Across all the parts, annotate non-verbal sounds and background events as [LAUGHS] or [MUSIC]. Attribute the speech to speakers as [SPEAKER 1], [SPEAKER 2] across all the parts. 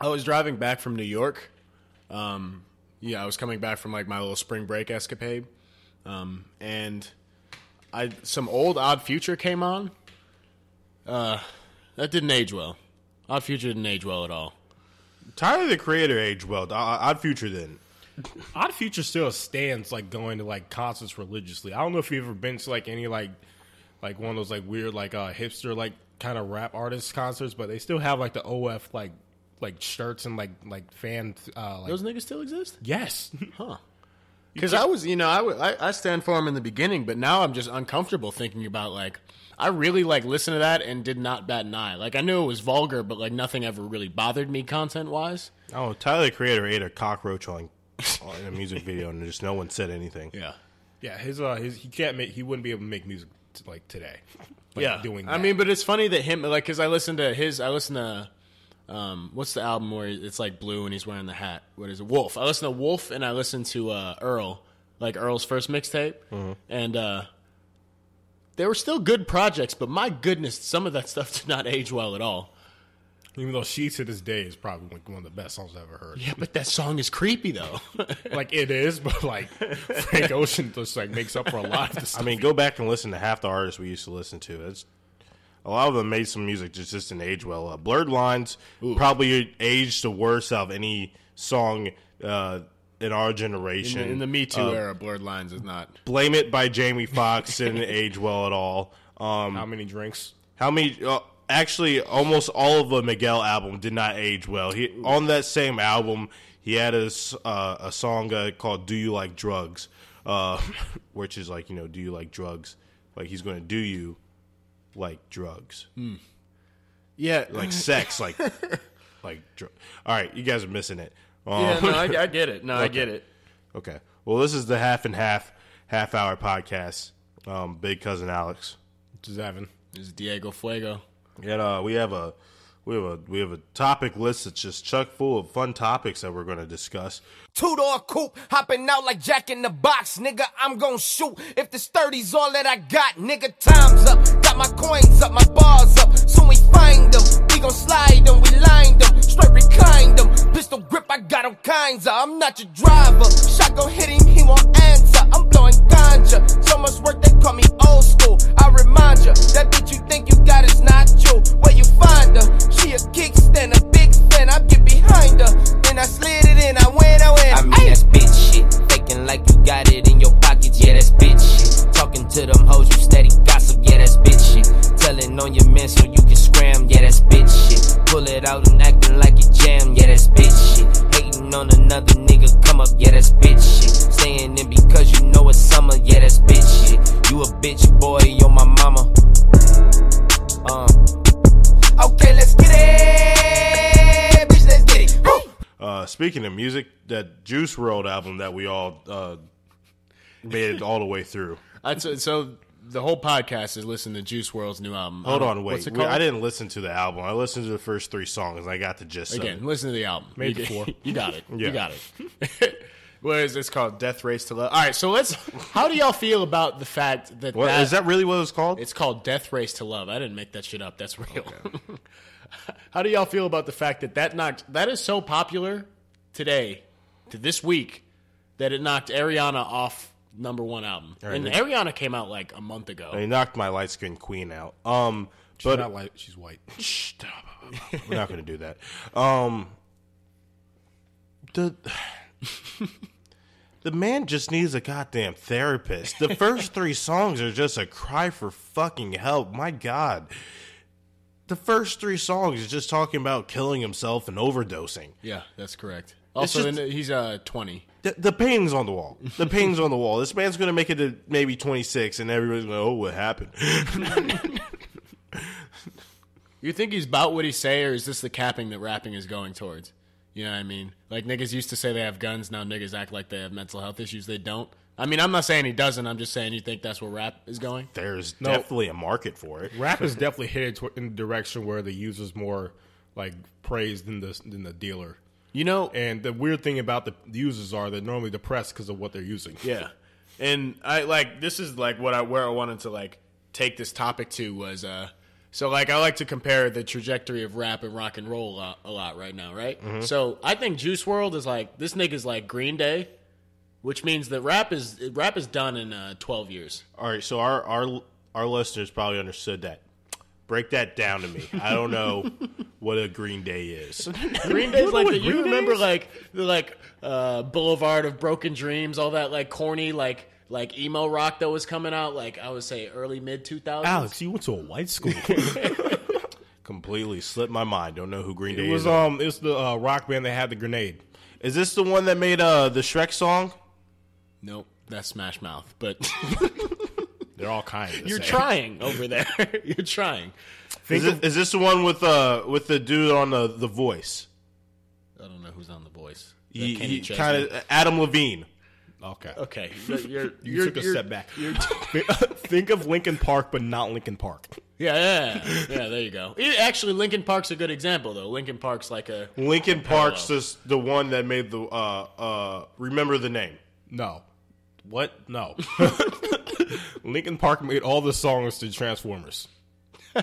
[SPEAKER 1] I was driving back from New York. Um, yeah, I was coming back from like my little spring break escapade, um, and I some old Odd Future came on. Uh, that didn't age well. Odd Future didn't age well at all.
[SPEAKER 2] Tyler the Creator aged well. O- Odd Future didn't.
[SPEAKER 3] Odd Future still stands like going to like concerts religiously. I don't know if you've ever been to like any like like one of those like weird like uh hipster like kind of rap artist concerts, but they still have like the OF like like shirts and like like fan uh like
[SPEAKER 1] Those niggas still exist,
[SPEAKER 3] yes. [LAUGHS]
[SPEAKER 1] huh? Because I was, you know, I, w- I I stand for them in the beginning, but now I'm just uncomfortable thinking about like I really like listened to that and did not bat an eye. Like I knew it was vulgar, but like nothing ever really bothered me content wise.
[SPEAKER 2] Oh, Tyler the Creator ate a cockroach on, on in a music video, and just no one said anything.
[SPEAKER 1] Yeah,
[SPEAKER 3] yeah, his uh his he can't make he wouldn't be able to make music t- like today. Like, doing that.
[SPEAKER 1] I mean, but it's funny that him like because I listened to his. I listened to um, what's the album where it's like blue and he's wearing the hat? What is it? Wolf. I listened to Wolf and I listened to uh, Earl, like Earl's first mixtape, and uh, they were still good projects. But my goodness, some of that stuff [LAUGHS] did not age well at all.
[SPEAKER 3] even though she to this day is probably like one of the best songs I've ever heard.
[SPEAKER 1] Yeah, but that song is creepy though.
[SPEAKER 3] Like it is, but like
[SPEAKER 2] [LAUGHS]
[SPEAKER 3] Frank Ocean just like makes up for a lot of the
[SPEAKER 2] I
[SPEAKER 3] stuff.
[SPEAKER 2] mean, go back and listen to half the artists we used to listen to. That's a lot of them made some music just just didn't age well. Uh, Blurred Lines probably aged the worst of any song uh, in our
[SPEAKER 1] in,
[SPEAKER 2] generation.
[SPEAKER 1] [LAUGHS] in the Me Too era, blurred lines is not.
[SPEAKER 2] Blame It by Jamie Foxx
[SPEAKER 3] [LAUGHS]
[SPEAKER 2] didn't age well at all. Um,
[SPEAKER 3] How many drinks?
[SPEAKER 2] how many? Uh, actually, almost all of the Miguel album did not age well. He on that same album, he had a s- uh, a song uh, called "Do You Like Drugs," uh, [LAUGHS] which is like you know, "Do you like drugs?" Like he's going to do you like drugs,
[SPEAKER 1] Hmm. Yeah,
[SPEAKER 2] like sex,
[SPEAKER 1] [LAUGHS]
[SPEAKER 2] like like. Dr- all right, you guys are missing it. Um,
[SPEAKER 1] yeah. No, I, I get it. No, I get it.
[SPEAKER 2] [LAUGHS] Okay. Well, this is the half and half half hour podcast. Um, Big cousin Alex.
[SPEAKER 3] Zavin.
[SPEAKER 1] It's Diego Fuego.
[SPEAKER 2] And uh, we have a we have a we have a topic list that's just chock full of fun topics that we're going to discuss.
[SPEAKER 4] Two door coupe, hopping out like Jack in the box, nigga. I'm gon' shoot if this 30's all that I got, nigga. Time's up, got my coins up, my bars up. Soon we find them, we gon' slide them, we lined them, straight reclined them. Pistol grip, I got all kinds of. I'm not your driver. Shotgun hit him, he won't answer. I'm blowing ganja, so much work they call me old school. I remind ya, that bitch you think you got is not you. Where you find her? She a kickstand, a big fan. I get behind her, then I slid it in. I win, I win. I mean, that's bitch shit. Faking like you got it in your pockets, yeah, that's bitch shit. Talking to them hoes, you steady gossip, yeah, that's bitch shit. Telling on your man so you can scram, yeah, that's bitch shit. Pull it out and acting like it jam, yeah, that's bitch shit. Hating on another nigga, come up, yeah, that's bitch shit. Staying in because you know it's summer, yeah, that's bitch shit. You a bitch boy, yo, my mama. Uh. Okay, let's get it. Bitch, let's get it. Woo!
[SPEAKER 2] Uh, speaking of music, that Juice World album that we all uh, made it all the
[SPEAKER 1] [LAUGHS]
[SPEAKER 2] way through.
[SPEAKER 1] That's, so the whole podcast is listening to Juice World's new album.
[SPEAKER 2] Hold
[SPEAKER 1] Um,
[SPEAKER 2] on, wait.
[SPEAKER 1] What's it
[SPEAKER 2] Wait,
[SPEAKER 1] called?
[SPEAKER 2] I didn't listen to the album. I listened to the first three songs. and I got the gist
[SPEAKER 1] Again,
[SPEAKER 2] of it.
[SPEAKER 1] listen to the album.
[SPEAKER 3] Maybe
[SPEAKER 1] you,
[SPEAKER 3] four.
[SPEAKER 1] [LAUGHS] You got it.
[SPEAKER 2] Yeah.
[SPEAKER 1] You got it. [LAUGHS] what is this called? Death Race to Love. All right, so let's. How do y'all feel about the fact that
[SPEAKER 2] What, is that really what it was called?
[SPEAKER 1] It's called Death Race to Love. I didn't make that shit up. That's real. [LAUGHS] how do y'all feel about the fact that that knocked that is so popular today to this week that it knocked Ariana off number one album, and Ariana came out like a month ago.
[SPEAKER 2] They knocked my light skinned queen out. Um, but
[SPEAKER 3] not like she's white.
[SPEAKER 2] We're not going to do that. Um, the the man just needs a goddamn therapist. The first three songs are just a cry for fucking help. My God, the first three songs is just talking about killing himself and overdosing.
[SPEAKER 1] Yeah, that's correct. Also,
[SPEAKER 2] just-
[SPEAKER 1] in- he's uh twenty.
[SPEAKER 2] The, the painting's on the wall. The painting's on the wall. This man's going to make it to maybe twenty six, and everybody's going, "Oh, what happened?"
[SPEAKER 1] You think he's about what he say, or is this the capping that rapping is going towards? You know what I mean? Like niggas used to say they have guns, now niggas act like they have mental health issues. They don't. I mean, I'm not saying he doesn't. I'm just saying you think that's where rap is going.
[SPEAKER 2] There's definitely a market for it.
[SPEAKER 3] Rap is [LAUGHS] definitely headed to, in the direction where the user's more like praised than the than the dealer.
[SPEAKER 1] You know?
[SPEAKER 3] And the weird thing about the, the users are they're normally depressed because of what they're using.
[SPEAKER 1] yeah. And I like this is like what I where I wanted to like take this topic to was uh So like I like to compare the trajectory of rap and rock and roll a lot, a lot right now, right? So I think Juice World is like this nigga's like Green Day, which means that rap is rap is done in uh, twelve years.
[SPEAKER 2] All right, so our our our listeners probably understood that. Break that down to me. I don't
[SPEAKER 3] [LAUGHS]
[SPEAKER 2] know what a Green Day is.
[SPEAKER 1] Green Day's like the, you remember like the like uh, Boulevard of Broken Dreams, all that like corny like like emo rock that was coming out like I would say early mid two thousands.
[SPEAKER 3] Alex, you went to a white school. [LAUGHS]
[SPEAKER 2] Completely slipped my mind. Don't know who Green Day
[SPEAKER 3] it was
[SPEAKER 2] is.
[SPEAKER 3] um, it's the uh, rock band that had the grenade.
[SPEAKER 2] is this the one that made uh the Shrek song?
[SPEAKER 1] Nope, that's Smash Mouth, but [LAUGHS]
[SPEAKER 3] They're all kind. Of the
[SPEAKER 1] you're
[SPEAKER 3] same.
[SPEAKER 1] trying over there. [LAUGHS] you're trying.
[SPEAKER 2] Is, it, is this the one with uh with the dude on the the voice?
[SPEAKER 1] I don't know who's on the voice. Is that
[SPEAKER 2] He,
[SPEAKER 1] Kenny
[SPEAKER 2] he
[SPEAKER 1] Chesney?
[SPEAKER 2] kind of Adam Levine.
[SPEAKER 3] Okay.
[SPEAKER 1] okay. You're, you're,
[SPEAKER 3] You
[SPEAKER 1] you're-
[SPEAKER 3] took a
[SPEAKER 1] you're-
[SPEAKER 3] step back. [LAUGHS] Think of Lincoln Park, but not Lincoln Park.
[SPEAKER 1] Yeah, yeah, yeah. yeah. There you go. It- actually, Lincoln Park's a good example though. Lincoln Park's like a
[SPEAKER 2] Lincoln Park's the the one that made the uh uh remember the name.
[SPEAKER 3] No. What? [LAUGHS] No. Lincoln Park made all the songs to Transformers. [LAUGHS]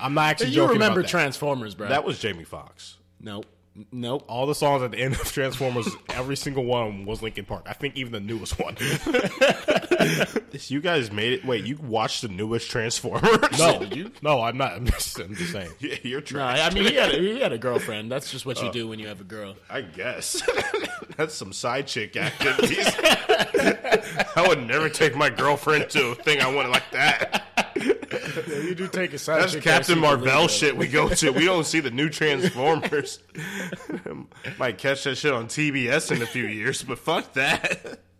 [SPEAKER 3] I'm not actually
[SPEAKER 1] you
[SPEAKER 3] joking
[SPEAKER 1] remember
[SPEAKER 3] about that. Oh.
[SPEAKER 1] Transformers, bro?
[SPEAKER 2] That was Jamie Foxx.
[SPEAKER 1] nope, nope.
[SPEAKER 3] all the songs at the end of Transformers, every single one was Lincoln Park. I think even the newest [LAUGHS] one.
[SPEAKER 2] This you guys made it. Wait, you watched the newest Transformers?
[SPEAKER 3] No, no, I'm not. I'm just, I'm just saying.
[SPEAKER 2] Yeah, [LAUGHS] you're
[SPEAKER 1] No,
[SPEAKER 2] trying.
[SPEAKER 1] I mean he had a, he had a girlfriend. That's just what you do when you have a girl.
[SPEAKER 2] I guess [LAUGHS] that's some side chick activities. [LAUGHS] I would never take my girlfriend to a thing I wanted like that.
[SPEAKER 1] You
[SPEAKER 3] [LAUGHS]
[SPEAKER 1] do take a side.
[SPEAKER 2] That's Captain Marvel shit we go to. We don't see the new Transformers. [LAUGHS] Might catch that shit on TBS in a few years, but fuck that. [LAUGHS]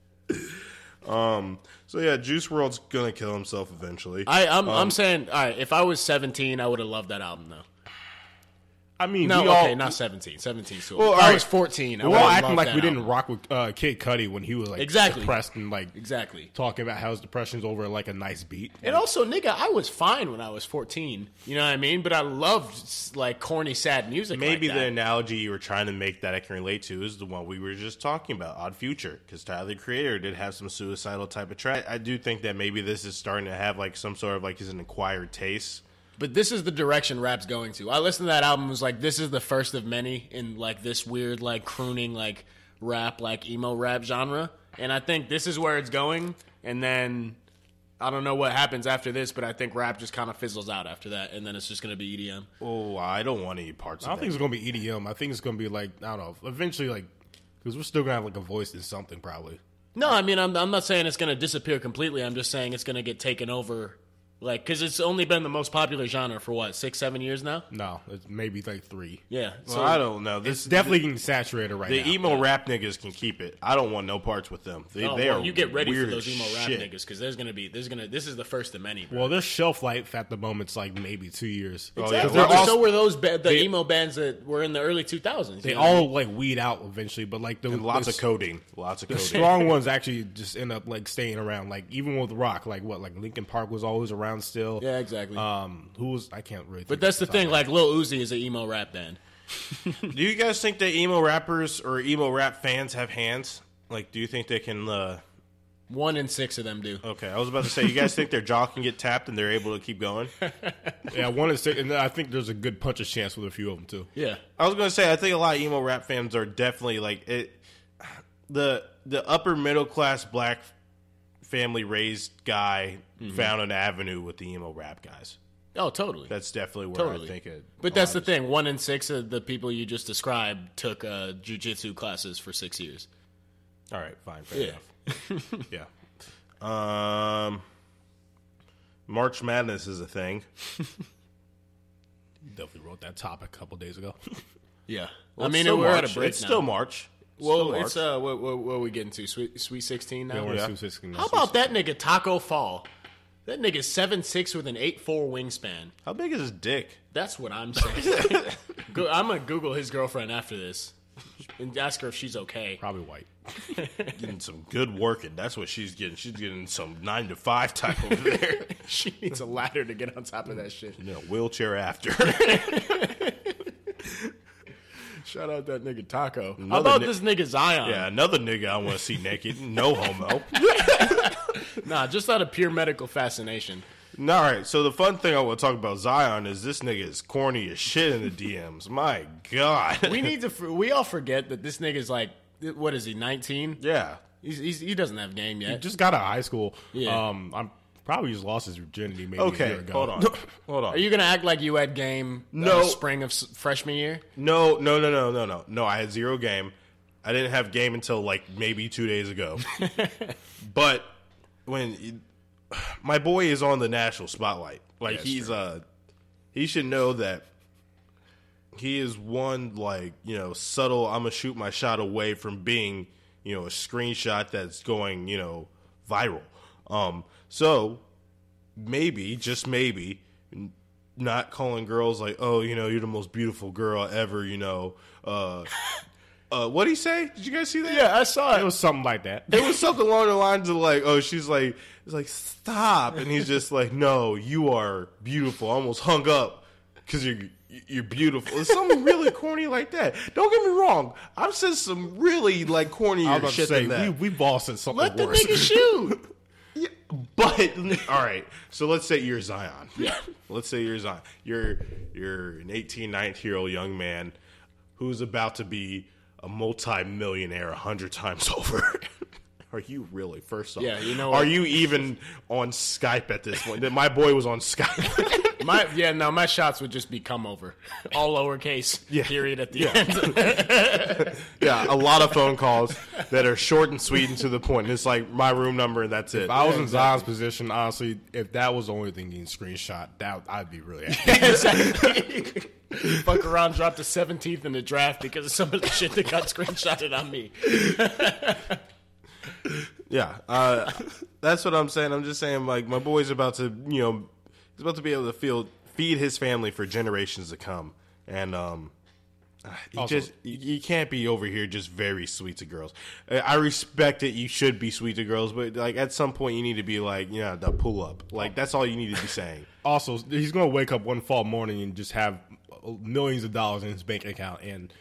[SPEAKER 2] Um. So yeah, Juice World's gonna kill himself eventually.
[SPEAKER 1] I, I'm I'm saying, all right. If I was 17, I would have loved that album though.
[SPEAKER 3] I mean,
[SPEAKER 1] No,
[SPEAKER 3] we
[SPEAKER 1] okay,
[SPEAKER 3] all,
[SPEAKER 1] not 17. 17. So
[SPEAKER 2] Well,
[SPEAKER 1] if
[SPEAKER 2] all
[SPEAKER 1] I
[SPEAKER 2] right.
[SPEAKER 1] was 14. I
[SPEAKER 3] we're
[SPEAKER 1] would
[SPEAKER 3] all
[SPEAKER 1] have
[SPEAKER 3] acting
[SPEAKER 1] loved
[SPEAKER 3] like
[SPEAKER 1] that
[SPEAKER 3] we didn't
[SPEAKER 1] album.
[SPEAKER 3] rock with uh, Kid Cudi when he was like
[SPEAKER 1] Exactly.
[SPEAKER 3] depressed and like
[SPEAKER 1] exactly.
[SPEAKER 3] talking about how his depression's over like a nice beat.
[SPEAKER 1] And also, nigga, I was fine when I was 14. You know what I mean? But I loved like corny, sad music.
[SPEAKER 2] Maybe
[SPEAKER 1] like
[SPEAKER 2] the
[SPEAKER 1] that.
[SPEAKER 2] analogy you were trying to make that I can relate to is the one we were just talking about, Odd Future, because Tyler the Creator did have some suicidal type of track. I do think that maybe this is starting to have like some sort of like is an acquired taste.
[SPEAKER 1] But this is the direction rap's going to. I listened to that album was like this is the first of many in like this weird like crooning like rap like emo rap genre. And I think this is where it's going and then I don't know what happens after this, but I think rap just kind of fizzles out after that and then it's just going to be E EDM.
[SPEAKER 2] Oh, I don't want any parts
[SPEAKER 3] I
[SPEAKER 2] of
[SPEAKER 3] don't think
[SPEAKER 2] that.
[SPEAKER 3] it's gonna be EDM. I think it's gonna be like I don't know. Eventually, like because we're still gonna have like a voice in something probably.
[SPEAKER 1] No, I mean I'm I'm not saying it's going to disappear completely. I'm just saying it's going to get taken over like cuz it's only been the most popular genre for what, 6 7 years now?
[SPEAKER 3] No, it's maybe like three.
[SPEAKER 1] Yeah. So
[SPEAKER 2] Well, I don't know. This
[SPEAKER 3] It's definitely getting saturated right
[SPEAKER 2] the
[SPEAKER 3] now.
[SPEAKER 1] e-,
[SPEAKER 2] emo rap niggas can keep it. I don't want no parts with them. They,
[SPEAKER 1] Oh,
[SPEAKER 2] they
[SPEAKER 1] well,
[SPEAKER 2] are
[SPEAKER 1] you get ready for
[SPEAKER 2] weird
[SPEAKER 1] those
[SPEAKER 2] as
[SPEAKER 1] emo rap
[SPEAKER 2] shit.
[SPEAKER 1] niggas because there's gonna be there's gonna this is the first of many. Bro.
[SPEAKER 3] well, their shelf life at the moment's like maybe two years.
[SPEAKER 2] Oh, yeah.
[SPEAKER 3] 'Cause
[SPEAKER 2] They're
[SPEAKER 1] Well,
[SPEAKER 2] all-
[SPEAKER 1] so were those ba- the emo bands that were in the early 2000s.
[SPEAKER 3] They
[SPEAKER 1] you know?
[SPEAKER 3] all like weed out eventually, but like the
[SPEAKER 2] Lots
[SPEAKER 3] the
[SPEAKER 2] of coding. Lots of
[SPEAKER 3] The
[SPEAKER 2] coding.
[SPEAKER 3] strong ones actually just end up like staying around. Like even with rock, like what, like Lincoln Park was always around still.
[SPEAKER 1] yeah, exactly.
[SPEAKER 2] Oh,
[SPEAKER 3] Um, who was I can't really.
[SPEAKER 1] but that's the thing. Like Lil Uzi is an emo rap band.
[SPEAKER 2] Do you guys think that emo rappers or emo rap fans have hands? Like, do you think they can? Uh,
[SPEAKER 1] One in six of them do.
[SPEAKER 2] okay, I was about to say, you guys think their jaw can get tapped and they're able to keep going?
[SPEAKER 3] [LAUGHS] yeah, one is and then I think there's a good puncher's chance with a few of them too.
[SPEAKER 1] Yeah,
[SPEAKER 2] I was gonna say I think a lot of emo rap fans are definitely like it. The the upper middle class black family raised guy
[SPEAKER 3] Mm-hmm.
[SPEAKER 2] found an avenue with the emo rap guys.
[SPEAKER 1] oh, totally.
[SPEAKER 2] That's definitely where
[SPEAKER 1] Totally.
[SPEAKER 2] I think it.
[SPEAKER 1] but that's the thing. One in six of the people you just described took uh, jujitsu classes for six years.
[SPEAKER 2] All right, fine, fair
[SPEAKER 1] Yeah.
[SPEAKER 2] enough. yeah. Um, March Madness is a thing.
[SPEAKER 3] Definitely wrote that topic a couple days ago.
[SPEAKER 1] Yeah,
[SPEAKER 2] Well,
[SPEAKER 1] I
[SPEAKER 2] it's
[SPEAKER 1] mean
[SPEAKER 2] still
[SPEAKER 1] we're
[SPEAKER 2] March.
[SPEAKER 1] at a break
[SPEAKER 2] It's
[SPEAKER 1] now.
[SPEAKER 2] still March.
[SPEAKER 1] well,
[SPEAKER 2] still
[SPEAKER 1] it's uh, what, what, what are we getting to? Sweet Sweet Sixteen now.
[SPEAKER 3] Or
[SPEAKER 2] Yeah.
[SPEAKER 3] Sue Siskin.
[SPEAKER 1] How about that nigga Taco Fall? That nigga seven six with an eight four wingspan.
[SPEAKER 2] How big is his dick?
[SPEAKER 1] That's what I'm
[SPEAKER 2] [LAUGHS]
[SPEAKER 1] saying. Go, I'm gonna Google his girlfriend after this and ask her if she's okay.
[SPEAKER 3] probably white?
[SPEAKER 2] Getting some good working. That's what she's getting. She's getting some nine to five type over there.
[SPEAKER 1] [LAUGHS] she needs a ladder to get on top of that shit.
[SPEAKER 2] You know, wheelchair after. [LAUGHS]
[SPEAKER 1] Shout out that nigga Taco. How
[SPEAKER 2] Another
[SPEAKER 1] about
[SPEAKER 2] ni-
[SPEAKER 1] this nigga Zion?
[SPEAKER 2] yeah, another nigga I want to see naked. No homo.
[SPEAKER 1] Nah, just out of pure medical fascination.
[SPEAKER 2] All right, so the fun thing I want to talk about Zion is this nigga is corny as shit in the DMs. My God.
[SPEAKER 1] We need to. fr- We all forget that this nigga's like, what is he? Nineteen.
[SPEAKER 2] yeah.
[SPEAKER 1] He's, he's, he doesn't have game
[SPEAKER 3] He
[SPEAKER 1] yet.
[SPEAKER 3] just got out of high school.
[SPEAKER 1] Yeah.
[SPEAKER 3] Um, I'm probably just lost his virginity maybe a
[SPEAKER 2] Okay,
[SPEAKER 3] year ago.
[SPEAKER 2] hold on. hold on.
[SPEAKER 1] Are you gonna act like you had game? uh,
[SPEAKER 2] No.
[SPEAKER 1] spring of s- freshman year.
[SPEAKER 2] No, no, no, no, no, no. No, I had zero game. I didn't have game until like maybe two days ago. but when my boy is on the national spotlight, like
[SPEAKER 1] Yeah,
[SPEAKER 2] he's uh he should know that he is one like you know subtle. I'm gonna shoot my shot away from being you know a screenshot that's going you know viral. Um, so maybe, just maybe, n- not calling girls like, oh, you know, you're the most beautiful girl ever, you know. Uh, [LAUGHS] uh, what did he say? Did you guys see that?
[SPEAKER 1] I saw
[SPEAKER 3] It was something
[SPEAKER 2] [LAUGHS]
[SPEAKER 3] like that.
[SPEAKER 2] It was something along the lines of like, oh, she's like, it's like, stop, and he's just like, no, you are beautiful. I almost hung up because you're you're beautiful. It's something really corny like that. Don't get me wrong, I've said some really like corny
[SPEAKER 3] I was about to
[SPEAKER 2] shit
[SPEAKER 3] say
[SPEAKER 2] than that.
[SPEAKER 3] we we've all said something
[SPEAKER 1] Let the
[SPEAKER 3] worse.
[SPEAKER 1] nigga shoot.
[SPEAKER 2] Yeah, but [LAUGHS] all right. So let's say you're Zion. Yeah. Let's say you're Zion. You're you're an 18, 19 year old young man who's about to be a multi-millionaire a hundred times [LAUGHS] over. Are you really? First off,
[SPEAKER 1] Yeah, you know
[SPEAKER 2] Are
[SPEAKER 1] what?
[SPEAKER 2] you even on Skype at this point? That my boy was
[SPEAKER 1] [LAUGHS]
[SPEAKER 2] on Skype.
[SPEAKER 1] [LAUGHS] My yeah, no, my shots would just be come over, all lowercase.
[SPEAKER 2] Yeah.
[SPEAKER 1] Period at the
[SPEAKER 2] Yeah.
[SPEAKER 1] end.
[SPEAKER 2] yeah, a lot of phone calls that are short and sweet and to the point. And it's like my room number and that's it.
[SPEAKER 3] If I was in Zion's position, honestly, if that was the only thing getting screenshot, that I'd be really happy.
[SPEAKER 1] Fuck around, dropped the seventeenth in the draft because of some of the shit that got screenshotted on me.
[SPEAKER 2] Yeah, uh, that's what I'm saying. I'm just saying, like, my boy's about to, you know, he's about to be able to feel, feed his family for generations to come, and um, you
[SPEAKER 3] Also-
[SPEAKER 2] just you, you can't be over here just very sweet to girls. I- I respect it. You should be sweet to girls, but like at some point, you need to be like, you know, the pull up. Like that's all you need to be saying.
[SPEAKER 3] also, he's gonna wake up one fall morning and just have millions of dollars in his bank account, and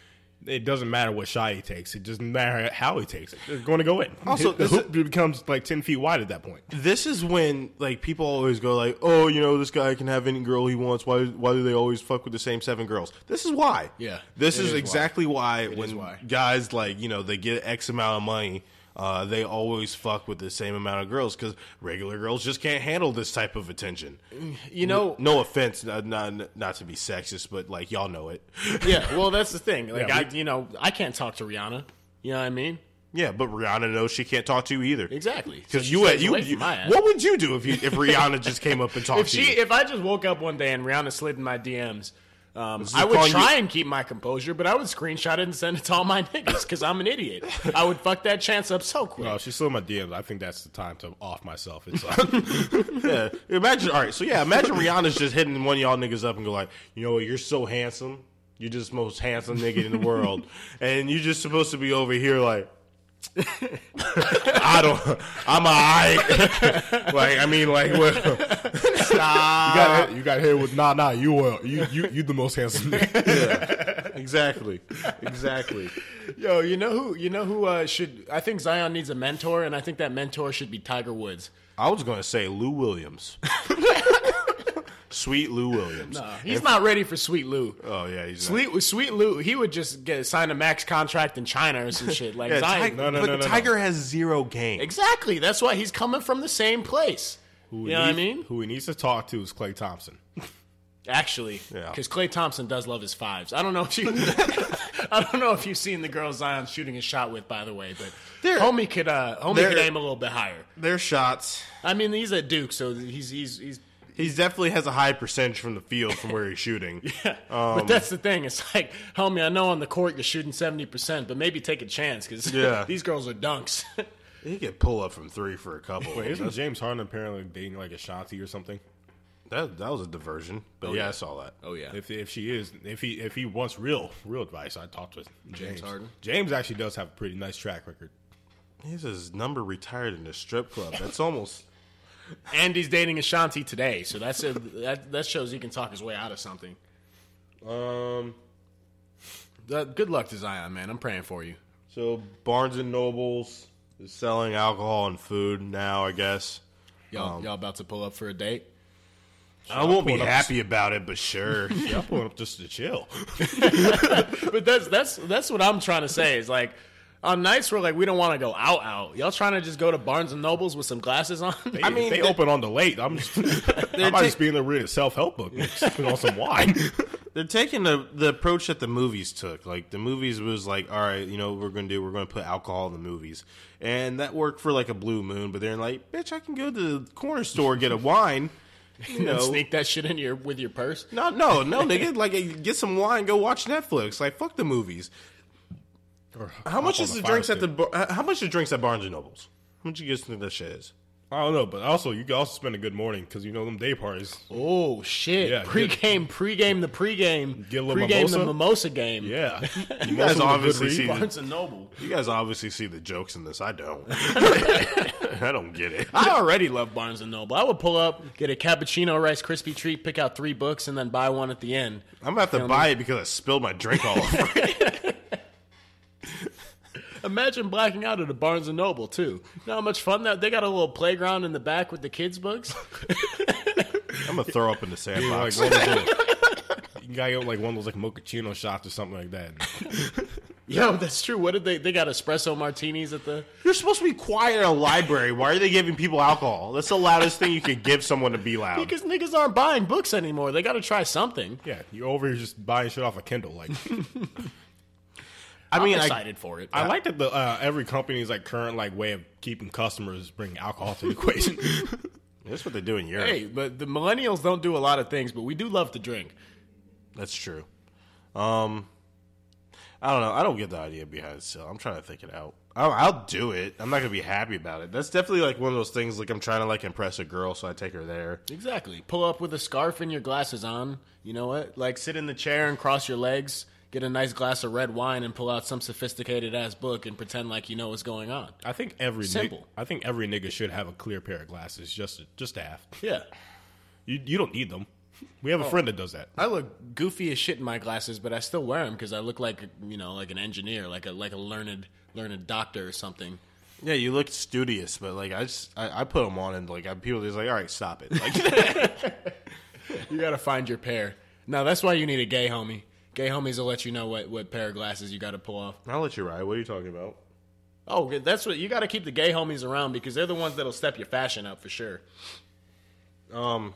[SPEAKER 3] it doesn't matter what shot he takes; it doesn't matter how he takes it. They're going to go in.
[SPEAKER 2] Also,
[SPEAKER 3] the
[SPEAKER 2] this
[SPEAKER 3] hoop becomes like ten feet wide at that point.
[SPEAKER 2] this is when like people always go like, oh, you know, this guy can have any girl he wants. Why? Why do they always fuck with the same seven girls? This is why.
[SPEAKER 1] Yeah,
[SPEAKER 2] this
[SPEAKER 1] it
[SPEAKER 2] is,
[SPEAKER 1] is why.
[SPEAKER 2] exactly why when
[SPEAKER 1] why.
[SPEAKER 2] guys like you know they get X amount of money. Uh, they always fuck with the same amount of girls because regular girls just can't handle this type of attention.
[SPEAKER 1] Mm, You know,
[SPEAKER 2] No offense, not, not, not to be sexist, but like y'all know it. [LAUGHS]
[SPEAKER 1] yeah. Well, that's the thing. Like
[SPEAKER 3] Yeah,
[SPEAKER 1] I,
[SPEAKER 3] we-
[SPEAKER 1] you know, I can't talk to Rihanna. You know what I mean?
[SPEAKER 2] yeah, but Rihanna knows she can't talk to you either
[SPEAKER 1] Exactly.
[SPEAKER 2] because
[SPEAKER 1] So
[SPEAKER 2] you,
[SPEAKER 1] she stays
[SPEAKER 2] you,
[SPEAKER 1] away
[SPEAKER 2] you
[SPEAKER 1] from my ass.
[SPEAKER 2] what would you do if you, if Rihanna just came up and
[SPEAKER 1] [LAUGHS]
[SPEAKER 2] talked
[SPEAKER 1] if
[SPEAKER 2] to
[SPEAKER 1] she,
[SPEAKER 2] you?
[SPEAKER 1] if I just woke up one day and Rihanna slid in my DMs, um,
[SPEAKER 2] Is it
[SPEAKER 1] I would
[SPEAKER 2] calling you-
[SPEAKER 1] try and keep my composure, but I would screenshot it and send it to all my [LAUGHS] niggas because I'm an idiot. I would fuck that chance up so quick.
[SPEAKER 3] No, she's still in my DMs. I think that's the time to off myself. It's like,
[SPEAKER 2] Yeah. Imagine, all right. So yeah, imagine Rihanna's just hitting one of y'all niggas up and go like, you know what? You're so handsome. You're just the most handsome nigga in the
[SPEAKER 3] [LAUGHS]
[SPEAKER 2] world, and you're just supposed to be over here like. I don't. I'm alright. [LAUGHS] like I mean, like what?
[SPEAKER 3] you
[SPEAKER 2] Stop.
[SPEAKER 3] got hit- you got hit with nah nah. You were you you you the
[SPEAKER 2] [LAUGHS]
[SPEAKER 3] most handsome. nigga."
[SPEAKER 2] Exactly. Exactly.
[SPEAKER 1] [LAUGHS] Yo, you know who? You know who uh, should? I think Zion needs a mentor, and I think that mentor should be Tiger Woods.
[SPEAKER 2] I was gonna say Lou Williams. Sweet Lou Williams.
[SPEAKER 1] He's not ready for Sweet Lou.
[SPEAKER 2] Oh yeah, he's not-
[SPEAKER 1] Sweet, Sweet Lou, he would just get sign a max contract in China or some
[SPEAKER 2] [LAUGHS]
[SPEAKER 1] shit. Like
[SPEAKER 2] Yeah,
[SPEAKER 1] Zion,
[SPEAKER 2] Ti-
[SPEAKER 3] No, no,
[SPEAKER 2] but
[SPEAKER 3] no, no, no.
[SPEAKER 2] Tiger has zero game.
[SPEAKER 1] exactly. That's why he's coming from the same place.
[SPEAKER 3] Who
[SPEAKER 1] you know what I
[SPEAKER 3] needs-
[SPEAKER 1] mean?
[SPEAKER 3] Who he needs to talk to is Clay Thompson.
[SPEAKER 1] Actually,
[SPEAKER 2] Yeah.
[SPEAKER 1] because Clay Thompson does love his fives. I don't know if you, [LAUGHS] I don't know if you've seen the girl Zion shooting a shot with, by the way, but
[SPEAKER 2] They're-
[SPEAKER 1] homie could, uh, homie
[SPEAKER 2] they're-
[SPEAKER 1] could aim a little bit higher.
[SPEAKER 2] Their shots.
[SPEAKER 1] I mean, he's at Duke, so he's he's he's. [LAUGHS]
[SPEAKER 2] He definitely has a high percentage from the field from where he's [LAUGHS] shooting. Um,
[SPEAKER 1] but that's the thing. It's like, homie, I know on the court you're shooting seventy percent, but maybe take a chance [LAUGHS] because
[SPEAKER 2] Yeah.
[SPEAKER 1] these girls are dunks. [LAUGHS]
[SPEAKER 2] He could pull up from three for a couple.
[SPEAKER 3] Wait, isn't
[SPEAKER 2] That's-
[SPEAKER 3] James Harden apparently dating like Ashanti or something?
[SPEAKER 2] that that was a diversion.
[SPEAKER 3] Oh,
[SPEAKER 2] But yeah,
[SPEAKER 1] yeah.
[SPEAKER 2] I saw that.
[SPEAKER 1] yeah,
[SPEAKER 3] If if she is, if he if he wants real real advice, I'd talk to James.
[SPEAKER 1] Harden?
[SPEAKER 3] James actually does have a pretty nice track record.
[SPEAKER 2] He's his number retired in the strip club. That's almost.
[SPEAKER 1] and he's dating Ashanti today, so that's a, that that shows he can talk his way out of something.
[SPEAKER 2] Um.
[SPEAKER 1] Uh, good luck to Zion, man. I'm praying for you.
[SPEAKER 2] So Barnes and Nobles is selling alcohol and food now. I guess.
[SPEAKER 3] Um,
[SPEAKER 1] Y'all, y'all about to pull up for a date?
[SPEAKER 2] I won't be happy about it, but sure. [LAUGHS]
[SPEAKER 3] Yeah, I'm pulling up just to chill.
[SPEAKER 1] but that's that's that's what I'm trying to say is like on nights where like we don't want to go out out. Y'all trying to just go to Barnes and Nobles with some glasses on? [LAUGHS]
[SPEAKER 3] I mean, they open on the late. I'm just, I might
[SPEAKER 1] ta-
[SPEAKER 3] just be in there reading a self help book, and sipping on some wine.
[SPEAKER 2] They're taking the, the approach that the movies took. Like the movies was like, all right, you know what we're gonna do, we're gonna put alcohol in the movies. And that worked for like a blue moon, but they're like, bitch, I can go to the corner store, get a wine. [LAUGHS] You know,
[SPEAKER 1] sneak that shit in your with your purse.
[SPEAKER 2] No, no, no, nigga. Like, get some wine, go watch Netflix. Like, fuck the movies. How much is the drinks at the bar- uh, How much is drinks at Barnes and Nobles? How much you guys think that shit is?
[SPEAKER 3] I don't know, but also you can also spend a good morning because you know them day parties.
[SPEAKER 1] Oh shit!
[SPEAKER 3] Yeah,
[SPEAKER 1] pre-game, pre-game, the pre-game,
[SPEAKER 3] Get a little
[SPEAKER 1] pre-game, the
[SPEAKER 3] mimosa?
[SPEAKER 1] mimosa game.
[SPEAKER 3] Yeah,
[SPEAKER 2] [LAUGHS] You guys obviously see. The,
[SPEAKER 1] Barnes and Noble.
[SPEAKER 2] you guys obviously see the jokes in this. I [LAUGHS] don't. I don't get it.
[SPEAKER 1] I already love Barnes and Noble. I would pull up, get a cappuccino, rice crispy treat, pick out three books, and then buy one at the end.
[SPEAKER 2] I'm gonna have to buy it because I spilled my drink all over.
[SPEAKER 1] Imagine blacking out at a Barnes and Noble too. You know how much fun that they got a little playground in the back with the kids' books.
[SPEAKER 2] I'm gonna throw [LAUGHS] up in the
[SPEAKER 3] like
[SPEAKER 2] sandbox.
[SPEAKER 3] one of those, you gotta get like one of those like mochaccino shots or something like that.
[SPEAKER 1] Yo, [LAUGHS] that's true. What did they? They got espresso martinis at the.
[SPEAKER 2] You're supposed to be quiet at a library. Why are they giving people alcohol? That's the loudest thing you could give someone to be loud.
[SPEAKER 1] Because niggas aren't buying books anymore. They got to try something.
[SPEAKER 3] Yeah, you over here just buying shit off a Kindle. Like,
[SPEAKER 2] I
[SPEAKER 1] I'm
[SPEAKER 2] mean, I,
[SPEAKER 1] excited for it.
[SPEAKER 3] I like that the uh, every company's like current like way of keeping customers bring alcohol to
[SPEAKER 2] [LAUGHS]
[SPEAKER 3] the equation.
[SPEAKER 2] that's what they do in Europe.
[SPEAKER 1] hey, but the millennials don't do a lot of things, but we do love to drink.
[SPEAKER 2] That's true. Um, I don't know. I don't get the idea behind it still. I'm trying to think it out. I'll, I'll do it. I'm not gonna be happy about it. That's definitely like one of those things. Like I'm trying to like impress a girl, so I take her there.
[SPEAKER 1] Exactly. Pull up with a scarf and your glasses on. You know what? Like sit in the chair and cross your legs, get a nice glass of red wine, and pull out some sophisticated ass book and pretend like you know what's going on.
[SPEAKER 3] I think every nigga,
[SPEAKER 1] Simple.
[SPEAKER 3] I think every nigga should have a clear pair of glasses just to, just to have.
[SPEAKER 1] Yeah.
[SPEAKER 3] You you don't need them. We have a friend that does that.
[SPEAKER 1] I look goofy as shit in my glasses, but I still wear them because I look like you know, like an engineer, like a like a learned learned doctor or something.
[SPEAKER 2] Yeah, you look studious, but like I just I, I put them on and like I, people are just like, all right, stop it. Like [LAUGHS]
[SPEAKER 1] You gotta find your pair. Now that's why you need a gay homie. Gay homies will let you know what, what pair of glasses you gotta pull off.
[SPEAKER 2] I'll let you ride. What are you talking about?
[SPEAKER 1] Oh, good. that's what you gotta keep the gay homies around because they're the ones that'll step your fashion up for sure.
[SPEAKER 2] Um,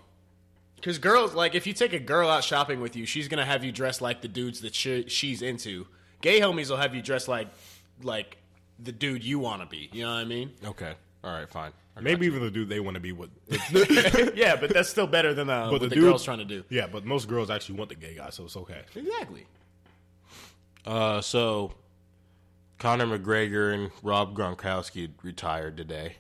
[SPEAKER 1] Because girls, like, if you take a girl out shopping with you, she's gonna have you dressed like the dudes that she, she's into. Gay homies will have you dressed like like the dude you wanna be. You know what I mean?
[SPEAKER 2] okay, all right, fine.
[SPEAKER 3] Maybe even the dude they want to be with.
[SPEAKER 1] [LAUGHS] yeah, but that's still better than uh,
[SPEAKER 3] But
[SPEAKER 1] what
[SPEAKER 3] the
[SPEAKER 1] the,
[SPEAKER 3] dude-
[SPEAKER 1] girl's trying to do.
[SPEAKER 3] yeah, but most girls actually want the gay guy, so it's okay.
[SPEAKER 1] Exactly.
[SPEAKER 2] Uh, so Conor McGregor and Rob Gronkowski retired today.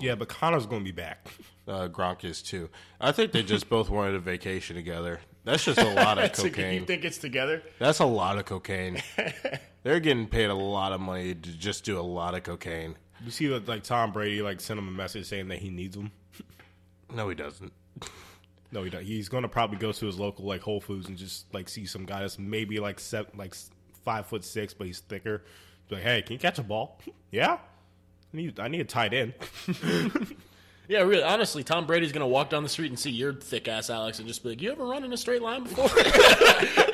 [SPEAKER 3] Yeah, but Connor's gonna be back.
[SPEAKER 2] Uh, Gronk is too. I think they just [LAUGHS] both wanted a vacation together. That's just a lot of
[SPEAKER 1] So you-
[SPEAKER 2] cocaine.
[SPEAKER 1] you think it's together?
[SPEAKER 2] That's a lot of cocaine. [LAUGHS] They're getting paid a lot of money to just do a lot of cocaine.
[SPEAKER 3] You see that like Tom Brady like sent him a message saying that he needs him.
[SPEAKER 2] No, he doesn't.
[SPEAKER 3] No, he don't. He's gonna probably go to his local like Whole Foods and just like see some guy that's maybe like seven, like s- five foot six, but he's thicker. Be like, hey, can you catch a ball? [LAUGHS] yeah, I need I need a tight end.
[SPEAKER 1] Yeah, really. Honestly, Tom Brady's gonna walk down the street and see your thick ass Alex and just be like, "You ever run in a straight line before?" [LAUGHS]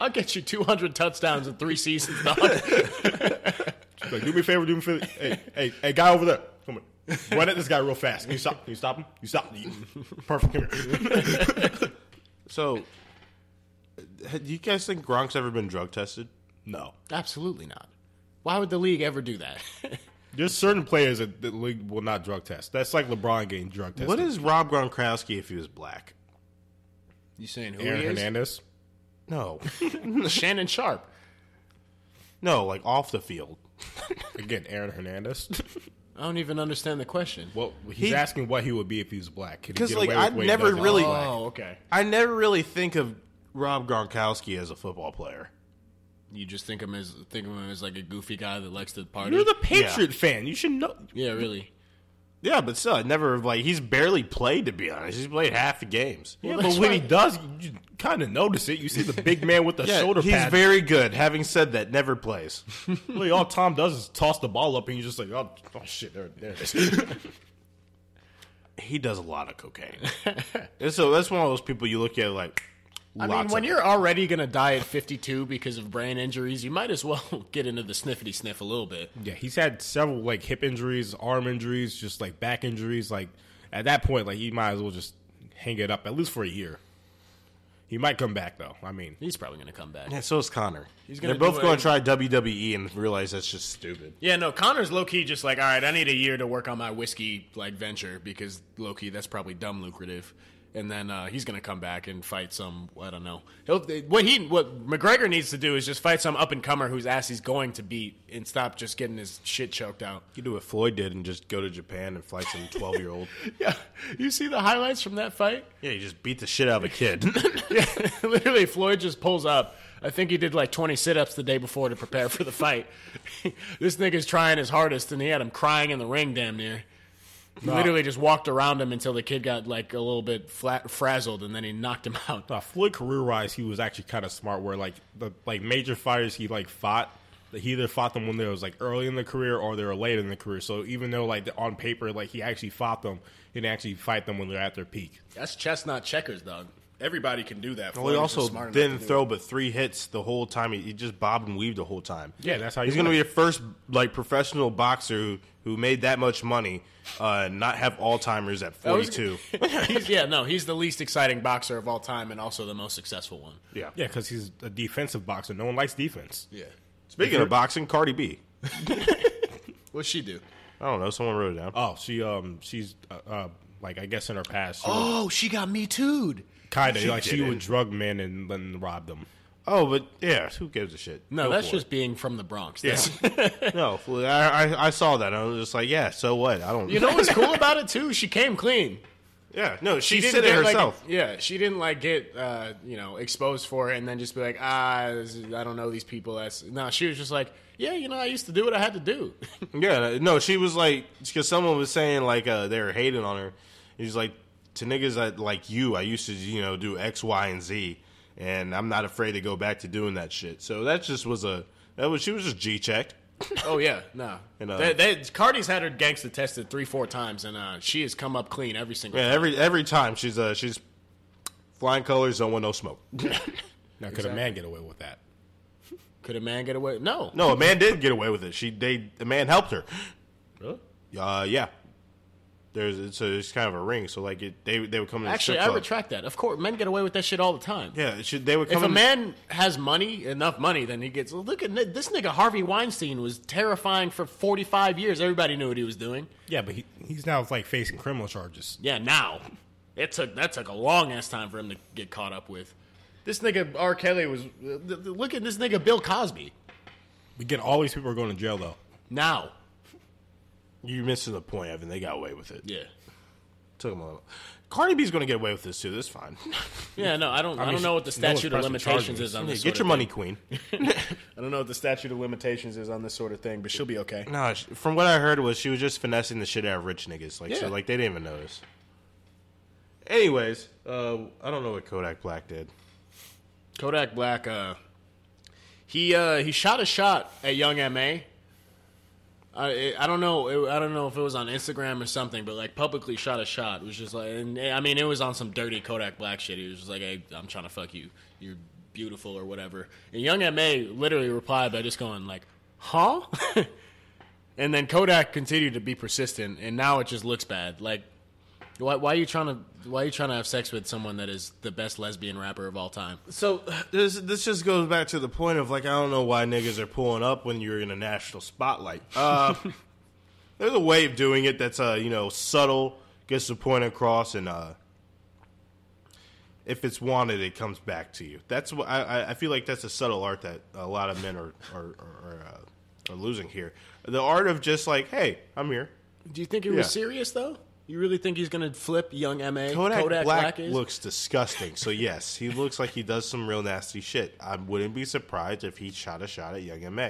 [SPEAKER 1] I'll get you 200 touchdowns in three seasons. dog. [LAUGHS]
[SPEAKER 3] like, do me a favor, do me a favor. Hey, hey, hey, guy over there, come here. Run at this guy real fast. Can you stop? Can you stop him? You stop. You, perfect. Come here.
[SPEAKER 2] So, uh, do you guys think Gronk's ever been drug tested?
[SPEAKER 3] no,
[SPEAKER 1] Absolutely not. Why would the league ever do that?
[SPEAKER 3] there's certain players that the league will not drug test. That's like LeBron getting drug tested.
[SPEAKER 2] What is Rob Gronkowski if he was black?
[SPEAKER 1] [LAUGHS] you saying who
[SPEAKER 3] Aaron
[SPEAKER 1] he is?
[SPEAKER 3] Hernandez?
[SPEAKER 2] No,
[SPEAKER 1] [LAUGHS] Shannon Sharp.
[SPEAKER 2] no, like off the field.
[SPEAKER 3] Again, Aaron Hernandez. [LAUGHS]
[SPEAKER 1] I don't even understand the question.
[SPEAKER 3] Well, he's
[SPEAKER 2] He-
[SPEAKER 3] asking what he would be if he was black. Could he
[SPEAKER 2] 'Cause,
[SPEAKER 3] get
[SPEAKER 2] like,
[SPEAKER 3] away with
[SPEAKER 2] I'd
[SPEAKER 3] what he
[SPEAKER 2] never
[SPEAKER 3] does now?
[SPEAKER 2] really-
[SPEAKER 1] oh, okay.
[SPEAKER 2] I never really think of Rob Gronkowski as a football player.
[SPEAKER 1] You just think of him as think of him as like a goofy guy that likes to party.
[SPEAKER 3] You're the Patriot fan. You should know.
[SPEAKER 1] [LAUGHS] yeah, really.
[SPEAKER 2] Yeah, but still, I never like he's barely played to be honest. He's played half the games.
[SPEAKER 3] Yeah,
[SPEAKER 1] that's
[SPEAKER 3] but when
[SPEAKER 1] right.
[SPEAKER 3] he does, you kind of notice it. You see the big man
[SPEAKER 2] [LAUGHS]
[SPEAKER 3] with the shoulder
[SPEAKER 2] he's
[SPEAKER 3] pad.
[SPEAKER 2] very good. Having said that, never [LAUGHS] plays.
[SPEAKER 3] Really, all Tom does is toss the ball up, and you're just like, oh, oh shit, there, there it is.
[SPEAKER 2] he does a lot of [LAUGHS] cocaine. and so that's one of those people you look at like.
[SPEAKER 1] I mean,
[SPEAKER 2] lots
[SPEAKER 1] when
[SPEAKER 2] of-
[SPEAKER 1] you're already going to die at 52 because of brain injuries, you might as well [LAUGHS] get into the sniffity sniff a little bit.
[SPEAKER 3] [LAUGHS] Yeah, he's had several like hip injuries, arm injuries, just like back injuries. Like at that point, like he might as well just hang it up at least for a year. He might come back though. I mean,
[SPEAKER 1] He's probably going to come back.
[SPEAKER 2] Yeah, so is Connor.
[SPEAKER 1] gonna
[SPEAKER 2] They're both
[SPEAKER 1] do
[SPEAKER 2] going
[SPEAKER 1] a-
[SPEAKER 2] to try WWE and realize that's just stupid.
[SPEAKER 1] Yeah, no, Connor's low key just like, all right, I need a year to work on my whiskey like venture because low key that's probably dumb lucrative. And then uh, he's gonna come back and fight some I don't know. He'll, what he what McGregor needs to do is just fight some up and comer whose ass he's going to beat and stop just getting his shit choked out.
[SPEAKER 2] You do what Floyd did and just go to Japan and fight some twelve year old.
[SPEAKER 1] Yeah, you see the highlights from that fight.
[SPEAKER 2] [LAUGHS] Yeah, you just beat the shit out of a kid.
[SPEAKER 1] Yeah, [LAUGHS] literally, Floyd just pulls up. I think he did like 20 sit ups the day before to prepare for the fight. [LAUGHS] this nigga's trying his hardest, and he had him crying in the ring damn near. He literally just walked around him until the kid got like a little bit flat, frazzled, and then he knocked him [LAUGHS] out.
[SPEAKER 3] uh, Floyd career wise, he was actually kind of smart. Where like the like major fighters he like fought, he either fought them when they was like early in the career or they were late in the career. So even though like on paper like he actually fought them, he didn't actually fight them when they're at their peak.
[SPEAKER 1] That's chestnut checkers, dog. Everybody can do that.
[SPEAKER 2] well,
[SPEAKER 1] Floyd
[SPEAKER 2] he
[SPEAKER 1] was
[SPEAKER 2] also
[SPEAKER 1] just smart enough
[SPEAKER 2] didn't
[SPEAKER 1] to do
[SPEAKER 2] throw but three hits the whole time. He, he just bobbed and weaved the whole time.
[SPEAKER 3] Yeah, that's how
[SPEAKER 2] he's
[SPEAKER 3] you
[SPEAKER 2] going to
[SPEAKER 3] win.
[SPEAKER 2] be the first like professional boxer who, who made that much money, uh, and not have Alzheimer's at
[SPEAKER 1] it.
[SPEAKER 2] forty two.
[SPEAKER 1] [LAUGHS] He's- yeah, no, he's the least exciting boxer of all time, and also the most successful one.
[SPEAKER 2] yeah.
[SPEAKER 3] Yeah, because he's a defensive boxer. No one likes defense.
[SPEAKER 1] Yeah,
[SPEAKER 2] Speaking of boxing, Cardi B.
[SPEAKER 1] what's she do?
[SPEAKER 2] I don't know. Someone wrote it
[SPEAKER 1] Uh,
[SPEAKER 2] down.
[SPEAKER 3] Oh, she um she's uh, uh like I guess in her past,
[SPEAKER 1] Oh, she got me too'd.
[SPEAKER 3] kind of
[SPEAKER 2] she
[SPEAKER 3] like she
[SPEAKER 2] didn't.
[SPEAKER 3] would drug men and then rob them.
[SPEAKER 2] Oh, but yeah, who gives a shit?
[SPEAKER 1] No,
[SPEAKER 2] Go
[SPEAKER 1] that's
[SPEAKER 2] for it.
[SPEAKER 1] just being from the Bronx.
[SPEAKER 2] Yeah.
[SPEAKER 1] [LAUGHS] That's-
[SPEAKER 2] no, fl- I, I I saw that. I was just like, yeah, so what? I don't.
[SPEAKER 1] You
[SPEAKER 2] [LAUGHS]
[SPEAKER 1] know what's cool about it too? She came clean.
[SPEAKER 2] yeah, no, she,
[SPEAKER 1] She
[SPEAKER 2] said it
[SPEAKER 1] get, like,
[SPEAKER 2] herself.
[SPEAKER 1] yeah, she didn't like get uh, you know exposed for it and then just be like, ah, this is- I don't know these people. That's no. She was just like, yeah, you know, I used to do what I had to do. [LAUGHS]
[SPEAKER 2] yeah, no, she was like, because someone was saying like uh, they were hating on her. He's like, to niggas that like you, I used to you know do X, Y, and Z, and I'm not afraid to go back to doing that shit. So that just was a that was she was just G checked.
[SPEAKER 1] oh yeah, no.
[SPEAKER 2] And, uh,
[SPEAKER 1] They- they- Cardi's had her gangster tested three, four times, and uh, she has come up clean every single.
[SPEAKER 2] Yeah,
[SPEAKER 1] time.
[SPEAKER 2] every every time she's uh she's flying colors, don't want no smoke.
[SPEAKER 3] Now, could a man get away with that?
[SPEAKER 1] Could a man get away? No.
[SPEAKER 2] no, a man did get away with it. She they a man helped her.
[SPEAKER 3] Really?
[SPEAKER 2] Uh, yeah. There's it's a, it's kind of a ring, so like it, they they would come in. the
[SPEAKER 1] Actually,
[SPEAKER 2] strip
[SPEAKER 1] I
[SPEAKER 2] club.
[SPEAKER 1] retract that. Of course, men get away with that shit all the time.
[SPEAKER 2] Yeah, it should, they would come.
[SPEAKER 1] If a
[SPEAKER 2] in-
[SPEAKER 1] man has money, enough money, then he gets. Look at this nigga Harvey Weinstein was terrifying for forty five years. Everybody knew what he was doing.
[SPEAKER 3] Yeah, but he, he's now like facing criminal charges.
[SPEAKER 1] Yeah, now it took that took a long ass time for him to get caught up with. This nigga R. Kelly was. th- th- Look at this nigga Bill Cosby
[SPEAKER 3] We get all these people are going to jail though.
[SPEAKER 1] now.
[SPEAKER 2] you're missing the point, Evan. They got away with it.
[SPEAKER 1] Yeah.
[SPEAKER 2] Took them a little. Cardi B's going to get away with this too.
[SPEAKER 1] [LAUGHS]
[SPEAKER 2] That's fine.
[SPEAKER 1] Yeah, no, I don't. I,
[SPEAKER 3] mean,
[SPEAKER 1] don't know what the
[SPEAKER 3] no one's
[SPEAKER 1] statute of
[SPEAKER 3] pressing
[SPEAKER 1] limitations
[SPEAKER 3] charges.
[SPEAKER 1] is on
[SPEAKER 2] Yeah,
[SPEAKER 1] this.
[SPEAKER 2] get
[SPEAKER 1] sort
[SPEAKER 2] your
[SPEAKER 1] [LAUGHS]
[SPEAKER 2] money, Queen.
[SPEAKER 1] of thing. I don't know what the statute of limitations is on this sort of thing, but she'll be okay.
[SPEAKER 2] no, sh- from what I heard was she was just finessing the shit out of rich niggas. Like
[SPEAKER 1] Yeah.
[SPEAKER 2] so, like they didn't even notice. Anyways, uh, I don't know what Kodak Black did.
[SPEAKER 1] Kodak Black, uh, he uh, he shot a shot at Young Ma. I I don't know it, I don't know if it was on Instagram or something, but like publicly shot a shot. It was just like, and eh, I mean, it was on some dirty Kodak Black shit. He was just like, "Hey, I'm trying to fuck you. You're beautiful or whatever." And Young Ma literally replied by just going like, "Huh." [LAUGHS] and then Kodak continued to be persistent, and now it just looks bad. Like, why, why are you trying to why are you trying to have sex with someone that is the best lesbian rapper of all time?
[SPEAKER 2] So this this just goes back to the point of like I don't know why niggas are pulling up when you're in a national spotlight. Uh, there's a way of doing it that's uh you know subtle, gets the point across, and uh if it's wanted, it comes back to you. That's what I I- I feel like that's a subtle art that a lot of men are are are, are, uh, are losing here. The art of just like hey, I'm here.
[SPEAKER 1] Do you think it
[SPEAKER 2] Yeah.
[SPEAKER 1] was serious though? You really think he's gonna flip young Ma?
[SPEAKER 2] Kodak, Black,
[SPEAKER 1] is?
[SPEAKER 2] looks disgusting. So yes, he looks like he does some real nasty shit. I wouldn't be surprised if he shot a shot at Young Ma.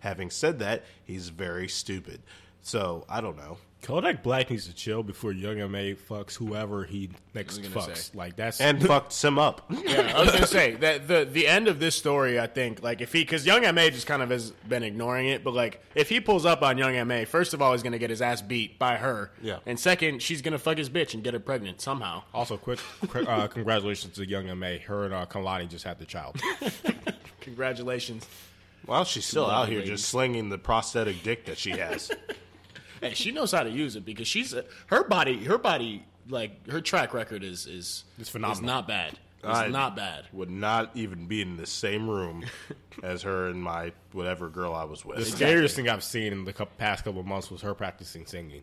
[SPEAKER 2] Having said that, he's very stupid. So I don't know.
[SPEAKER 3] Kodak Black needs to chill before Young MA fucks whoever he next
[SPEAKER 1] gonna
[SPEAKER 3] fucks.
[SPEAKER 1] say.
[SPEAKER 3] Like that's
[SPEAKER 2] And [LAUGHS] fucked Sim up.
[SPEAKER 1] Yeah, I was gonna say that the the end of this story, I think, like if he because Young Ma just kind of has been ignoring it, but like if he pulls up on Young Ma, first of all, he's gonna get his ass beat by her,
[SPEAKER 2] Yeah.
[SPEAKER 1] and second, she's gonna fuck his bitch and get her pregnant somehow.
[SPEAKER 3] also quick. quick, Uh, congratulations to Young MA. Her and uh, Kalani just had the child.
[SPEAKER 1] Congratulations!
[SPEAKER 2] Well, she's still out here
[SPEAKER 1] lady.
[SPEAKER 2] just slinging the prosthetic dick that she has.
[SPEAKER 1] Hey, she knows how to use it because she's a, her body, her body, like her track record is is
[SPEAKER 3] It's phenomenal.
[SPEAKER 1] Is not bad. It's
[SPEAKER 2] I-
[SPEAKER 1] not bad.
[SPEAKER 2] Would not even be in the same room as her and my whatever girl I was
[SPEAKER 3] The
[SPEAKER 2] with.
[SPEAKER 3] scariest thing I've seen in the cou- past couple of months was her practicing singing.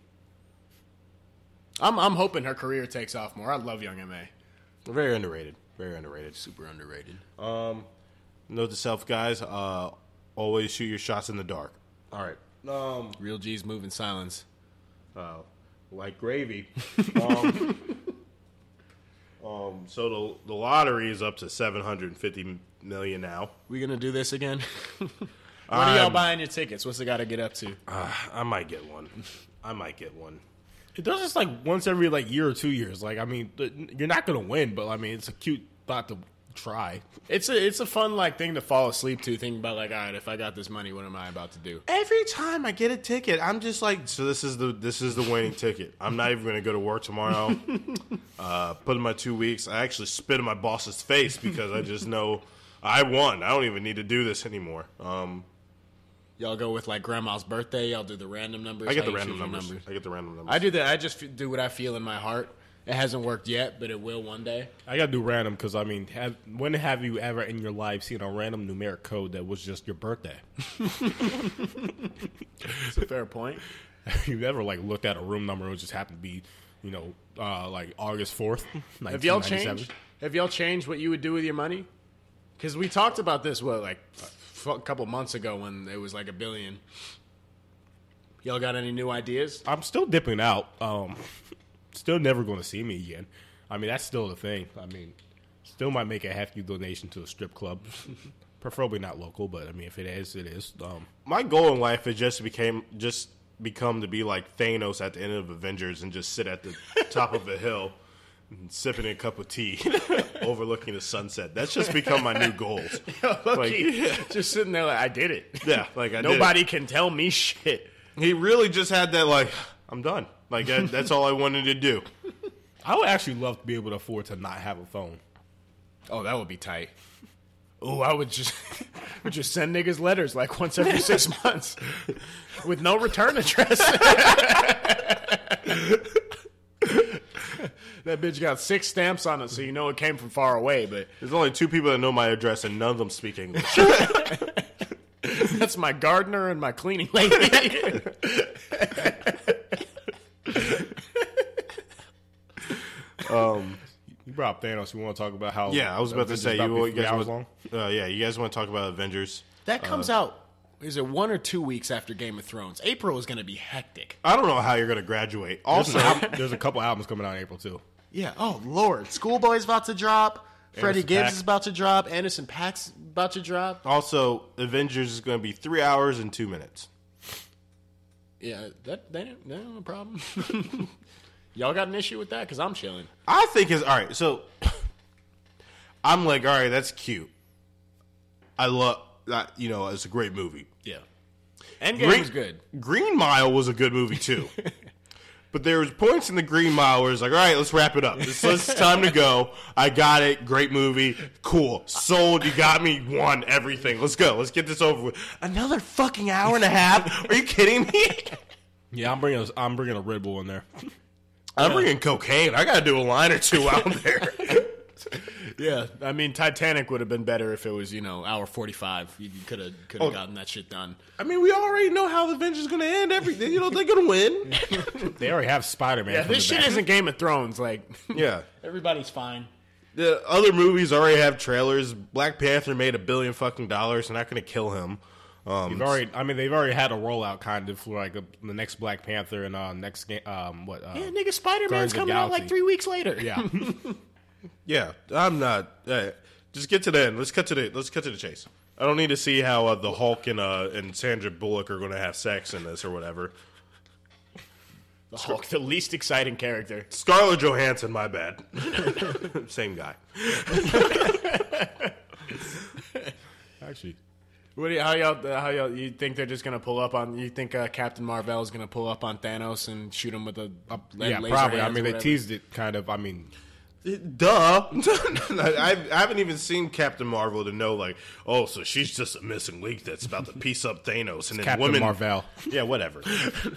[SPEAKER 1] I'm I'm hoping her career takes off more. I love Young Ma.
[SPEAKER 2] Very underrated. Very underrated.
[SPEAKER 1] Super underrated.
[SPEAKER 2] Note to self, guys. Uh, always shoot your shots in the dark. All right.
[SPEAKER 1] Real G's move in silence.
[SPEAKER 2] Uh, like [LAUGHS] gravy. um, um, so the, the lottery is up to 750 million now.
[SPEAKER 1] We gonna do this again? [LAUGHS] Um, when are y'all
[SPEAKER 2] I'm-
[SPEAKER 1] buying your tickets? What's it got to get up to?
[SPEAKER 2] Ah, I might get one. I might get one.
[SPEAKER 3] It does this like once every like year or two years. Like I mean, th- you're not gonna win, but I mean, it's a cute thought to try.
[SPEAKER 1] It's a it's a fun like thing to fall asleep to, thinking about like, all right, if I got this money, what am I about to do?
[SPEAKER 2] Every time I get a ticket, I'm just like, so this is the this is the winning ticket. I'm not even going to go to work [LAUGHS] tomorrow. Uh, put in my two weeks. I actually spit in my boss's face because I just know I won. I don't even need to do this anymore. Um,
[SPEAKER 1] Y'all go with like grandma's birthday. Y'all do the random numbers.
[SPEAKER 2] I get
[SPEAKER 1] How
[SPEAKER 2] the
[SPEAKER 1] you
[SPEAKER 2] random
[SPEAKER 1] choose your
[SPEAKER 2] numbers. I get the random numbers.
[SPEAKER 1] I do that. I just f- do what I feel in my heart. It hasn't worked yet, but it will one day.
[SPEAKER 3] I gotta do random because I mean, have, when have you ever in your life seen a random numeric code that was just your birthday? [LAUGHS]
[SPEAKER 1] It's a fair point.
[SPEAKER 3] you never like looked at a room number; it just happened to be, you know, uh, like August fourth.
[SPEAKER 1] [LAUGHS] Have y'all changed? Have y'all changed what you would do with your money? Because we talked about this what like f- a couple months ago when it was like a billion. Y'all got any new ideas?
[SPEAKER 3] I'm still dipping out. Um, still never going to see me again. I mean, that's still the thing. I mean, still might make a hefty donation to a strip club, [LAUGHS] preferably not local. But I mean, if it is, it is. Um,
[SPEAKER 2] my goal in life is just to became just become to be like Thanos at the end of Avengers and just sit at the top of a hill and sipping a cup of tea, [LAUGHS] overlooking the sunset. That's just become my new goals.
[SPEAKER 1] [LAUGHS]
[SPEAKER 2] Like,
[SPEAKER 1] Just sitting there, like I did it.
[SPEAKER 2] [LAUGHS] yeah, like I did it.
[SPEAKER 1] Nobody can tell me shit.
[SPEAKER 2] He really just had that like I'm done. Like that, that's all I wanted to do.
[SPEAKER 3] I would actually love to be able to afford to not have a phone.
[SPEAKER 1] Oh, that would be tight. Oh, I would just [LAUGHS] would just send niggas letters like once every [LAUGHS] six months with no return address. [LAUGHS] that bitch got six stamps on it, so you know it came from far away. But
[SPEAKER 2] There's only two people that know my address, and none of them speak English.
[SPEAKER 1] that's my gardener and my cleaning lady.
[SPEAKER 3] You brought up Thanos. You want to talk about how?
[SPEAKER 2] yeah, I was about to
[SPEAKER 3] Avengers
[SPEAKER 2] say
[SPEAKER 3] about to
[SPEAKER 2] you,
[SPEAKER 3] be
[SPEAKER 2] you
[SPEAKER 3] three
[SPEAKER 2] guys
[SPEAKER 3] hours
[SPEAKER 2] want,
[SPEAKER 3] long.
[SPEAKER 2] Uh, yeah, you guys want to talk about Avengers?
[SPEAKER 1] that comes out. Is it one or two weeks after Game of Thrones? April is going to be hectic.
[SPEAKER 2] I don't know how you're gonna graduate. Also,
[SPEAKER 3] There's a couple albums coming out in April too.
[SPEAKER 1] Yeah. Oh Lord, Schoolboy's about to drop. Freddie
[SPEAKER 3] Anderson
[SPEAKER 1] Gibbs
[SPEAKER 3] Paak.
[SPEAKER 1] is about to drop. Anderson Pack's about to drop.
[SPEAKER 2] also Avengers is gonna be three hours and two minutes.
[SPEAKER 1] Yeah, that that ain't, that ain't a problem. [LAUGHS] Y'all got an issue with that? Because I'm chilling.
[SPEAKER 2] I think is all right. So [COUGHS] I'm like, all right, that's cute. I love that. You know, it's a great movie.
[SPEAKER 1] Yeah. Endgame was good.
[SPEAKER 2] Green Mile was a good movie
[SPEAKER 1] [LAUGHS]
[SPEAKER 2] too. but there was points in the Green Mile where it's like, all right, let's wrap it up. It's, it's time to go. I got it. Great movie. Cool. Sold. You got me. Won everything. Let's go. Let's get this over with. Another fucking hour and a half. Are you kidding
[SPEAKER 1] [LAUGHS]
[SPEAKER 2] me?
[SPEAKER 3] Yeah, I'm bringing a, I'm bringing a Red Bull in there.
[SPEAKER 2] I'm bringing cocaine. I got to do a line or two out there.
[SPEAKER 1] [LAUGHS] Yeah, I mean Titanic would have been better if it was you know hour forty five. You could have could have gotten that shit done.
[SPEAKER 2] I mean, we already know how the Avengers going to end. Everything. You know, they're going to win.
[SPEAKER 3] [LAUGHS] They already have Spider Man.
[SPEAKER 1] Yeah, this shit isn't Game of Thrones. Like
[SPEAKER 2] [LAUGHS]
[SPEAKER 1] [LAUGHS]
[SPEAKER 2] Yeah.
[SPEAKER 1] everybody's fine.
[SPEAKER 2] The other movies already have trailers. Black Panther made a billion fucking dollars. They're not going to kill him. Um,
[SPEAKER 3] They've already, I mean, they've already had a rollout kind of for like a, the next Black Panther and uh, next game. Um, what? Uh,
[SPEAKER 1] Yeah, nigga, Spider Man's
[SPEAKER 3] Guardians of the
[SPEAKER 1] coming out like
[SPEAKER 3] Galaxy.
[SPEAKER 1] three weeks later.
[SPEAKER 3] yeah.
[SPEAKER 2] Yeah, I'm not. Uh, just get to the end. Let's cut to the. Let's cut to the chase. I don't need to see how uh, the Hulk and uh, and Sandra Bullock are going to have sex in this or whatever.
[SPEAKER 1] [LAUGHS] The Hulk, the least exciting character.
[SPEAKER 2] Scarlett Johansson, my bad. [LAUGHS] Same guy.
[SPEAKER 3] Actually,
[SPEAKER 1] What do you, how y'all uh, how y'all you think they're just gonna pull up on? You think uh, Captain Marvel is gonna pull up on Thanos and shoot him with a, a
[SPEAKER 3] yeah,
[SPEAKER 1] laser
[SPEAKER 3] probably.
[SPEAKER 1] hands
[SPEAKER 3] I
[SPEAKER 1] or
[SPEAKER 3] mean, they
[SPEAKER 1] whatever?
[SPEAKER 3] teased it kind of. I mean,
[SPEAKER 2] [LAUGHS] Duh. I, I haven't even seen Captain Marvel to know, like, oh, so she's just a missing link that's about to piece up Thanos. And then
[SPEAKER 3] Captain
[SPEAKER 2] women.
[SPEAKER 3] Marvel.
[SPEAKER 2] Yeah, whatever.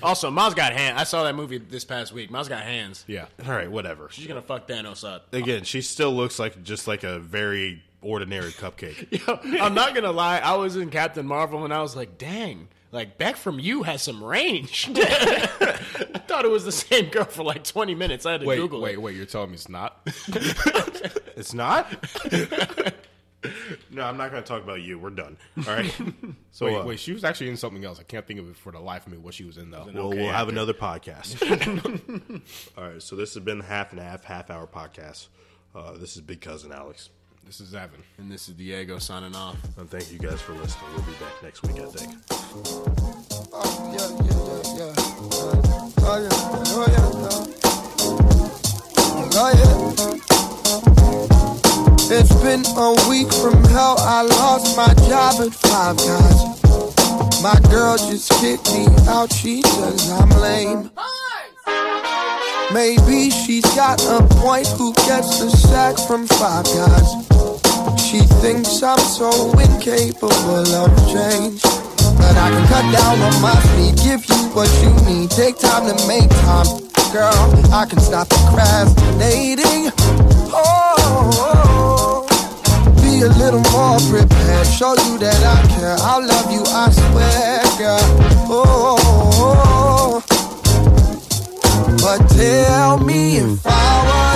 [SPEAKER 1] Also, Miles got hands. I saw that movie this past week. Miles got hands.
[SPEAKER 3] Yeah,
[SPEAKER 2] All right, whatever.
[SPEAKER 1] She's gonna fuck Thanos up.
[SPEAKER 2] Again, she still looks like just like a very ordinary cupcake.
[SPEAKER 1] [LAUGHS]
[SPEAKER 3] [LAUGHS]
[SPEAKER 1] I'm not gonna lie. I was in Captain Marvel and I was like, dang, like Beck from you has some range. [LAUGHS] I thought it was the same girl for like 20 minutes. I had to
[SPEAKER 3] wait,
[SPEAKER 1] Google
[SPEAKER 3] wait,
[SPEAKER 1] it.
[SPEAKER 3] wait. You're telling me it's not?
[SPEAKER 2] It's not? [LAUGHS] no, I'm not going to talk about you. We're done. All right.
[SPEAKER 3] [LAUGHS]
[SPEAKER 2] So
[SPEAKER 3] Wait,
[SPEAKER 2] uh,
[SPEAKER 3] wait. She was actually in something else. I can't think of it for the life of me what she was in though.
[SPEAKER 2] We'll, we'll have another podcast. [LAUGHS] All right. So this has been half and half, half hour podcast. Uh, this is Big Cousin Alex.
[SPEAKER 3] This is Evan.
[SPEAKER 1] And this is Diego signing off.
[SPEAKER 2] And thank you guys for listening. We'll be back next week, I think.
[SPEAKER 5] Oh, yeah, yeah, yeah, yeah. Oh, yeah, oh, yeah, yeah. Oh, yeah. It's been a week from hell. I lost my job at Five Guys. My girl just kicked me out. She says I'm lame. Maybe she's got a point. Who gets the sack from Five Guys? She thinks I'm so incapable of change. But I can cut down on my fee, give you what you need. Take time to make time, girl. I can stop procrastinating. Oh, be a little more prepared. Show you that I care. I'll love you, I swear, girl. Oh, but tell me if I were Oh,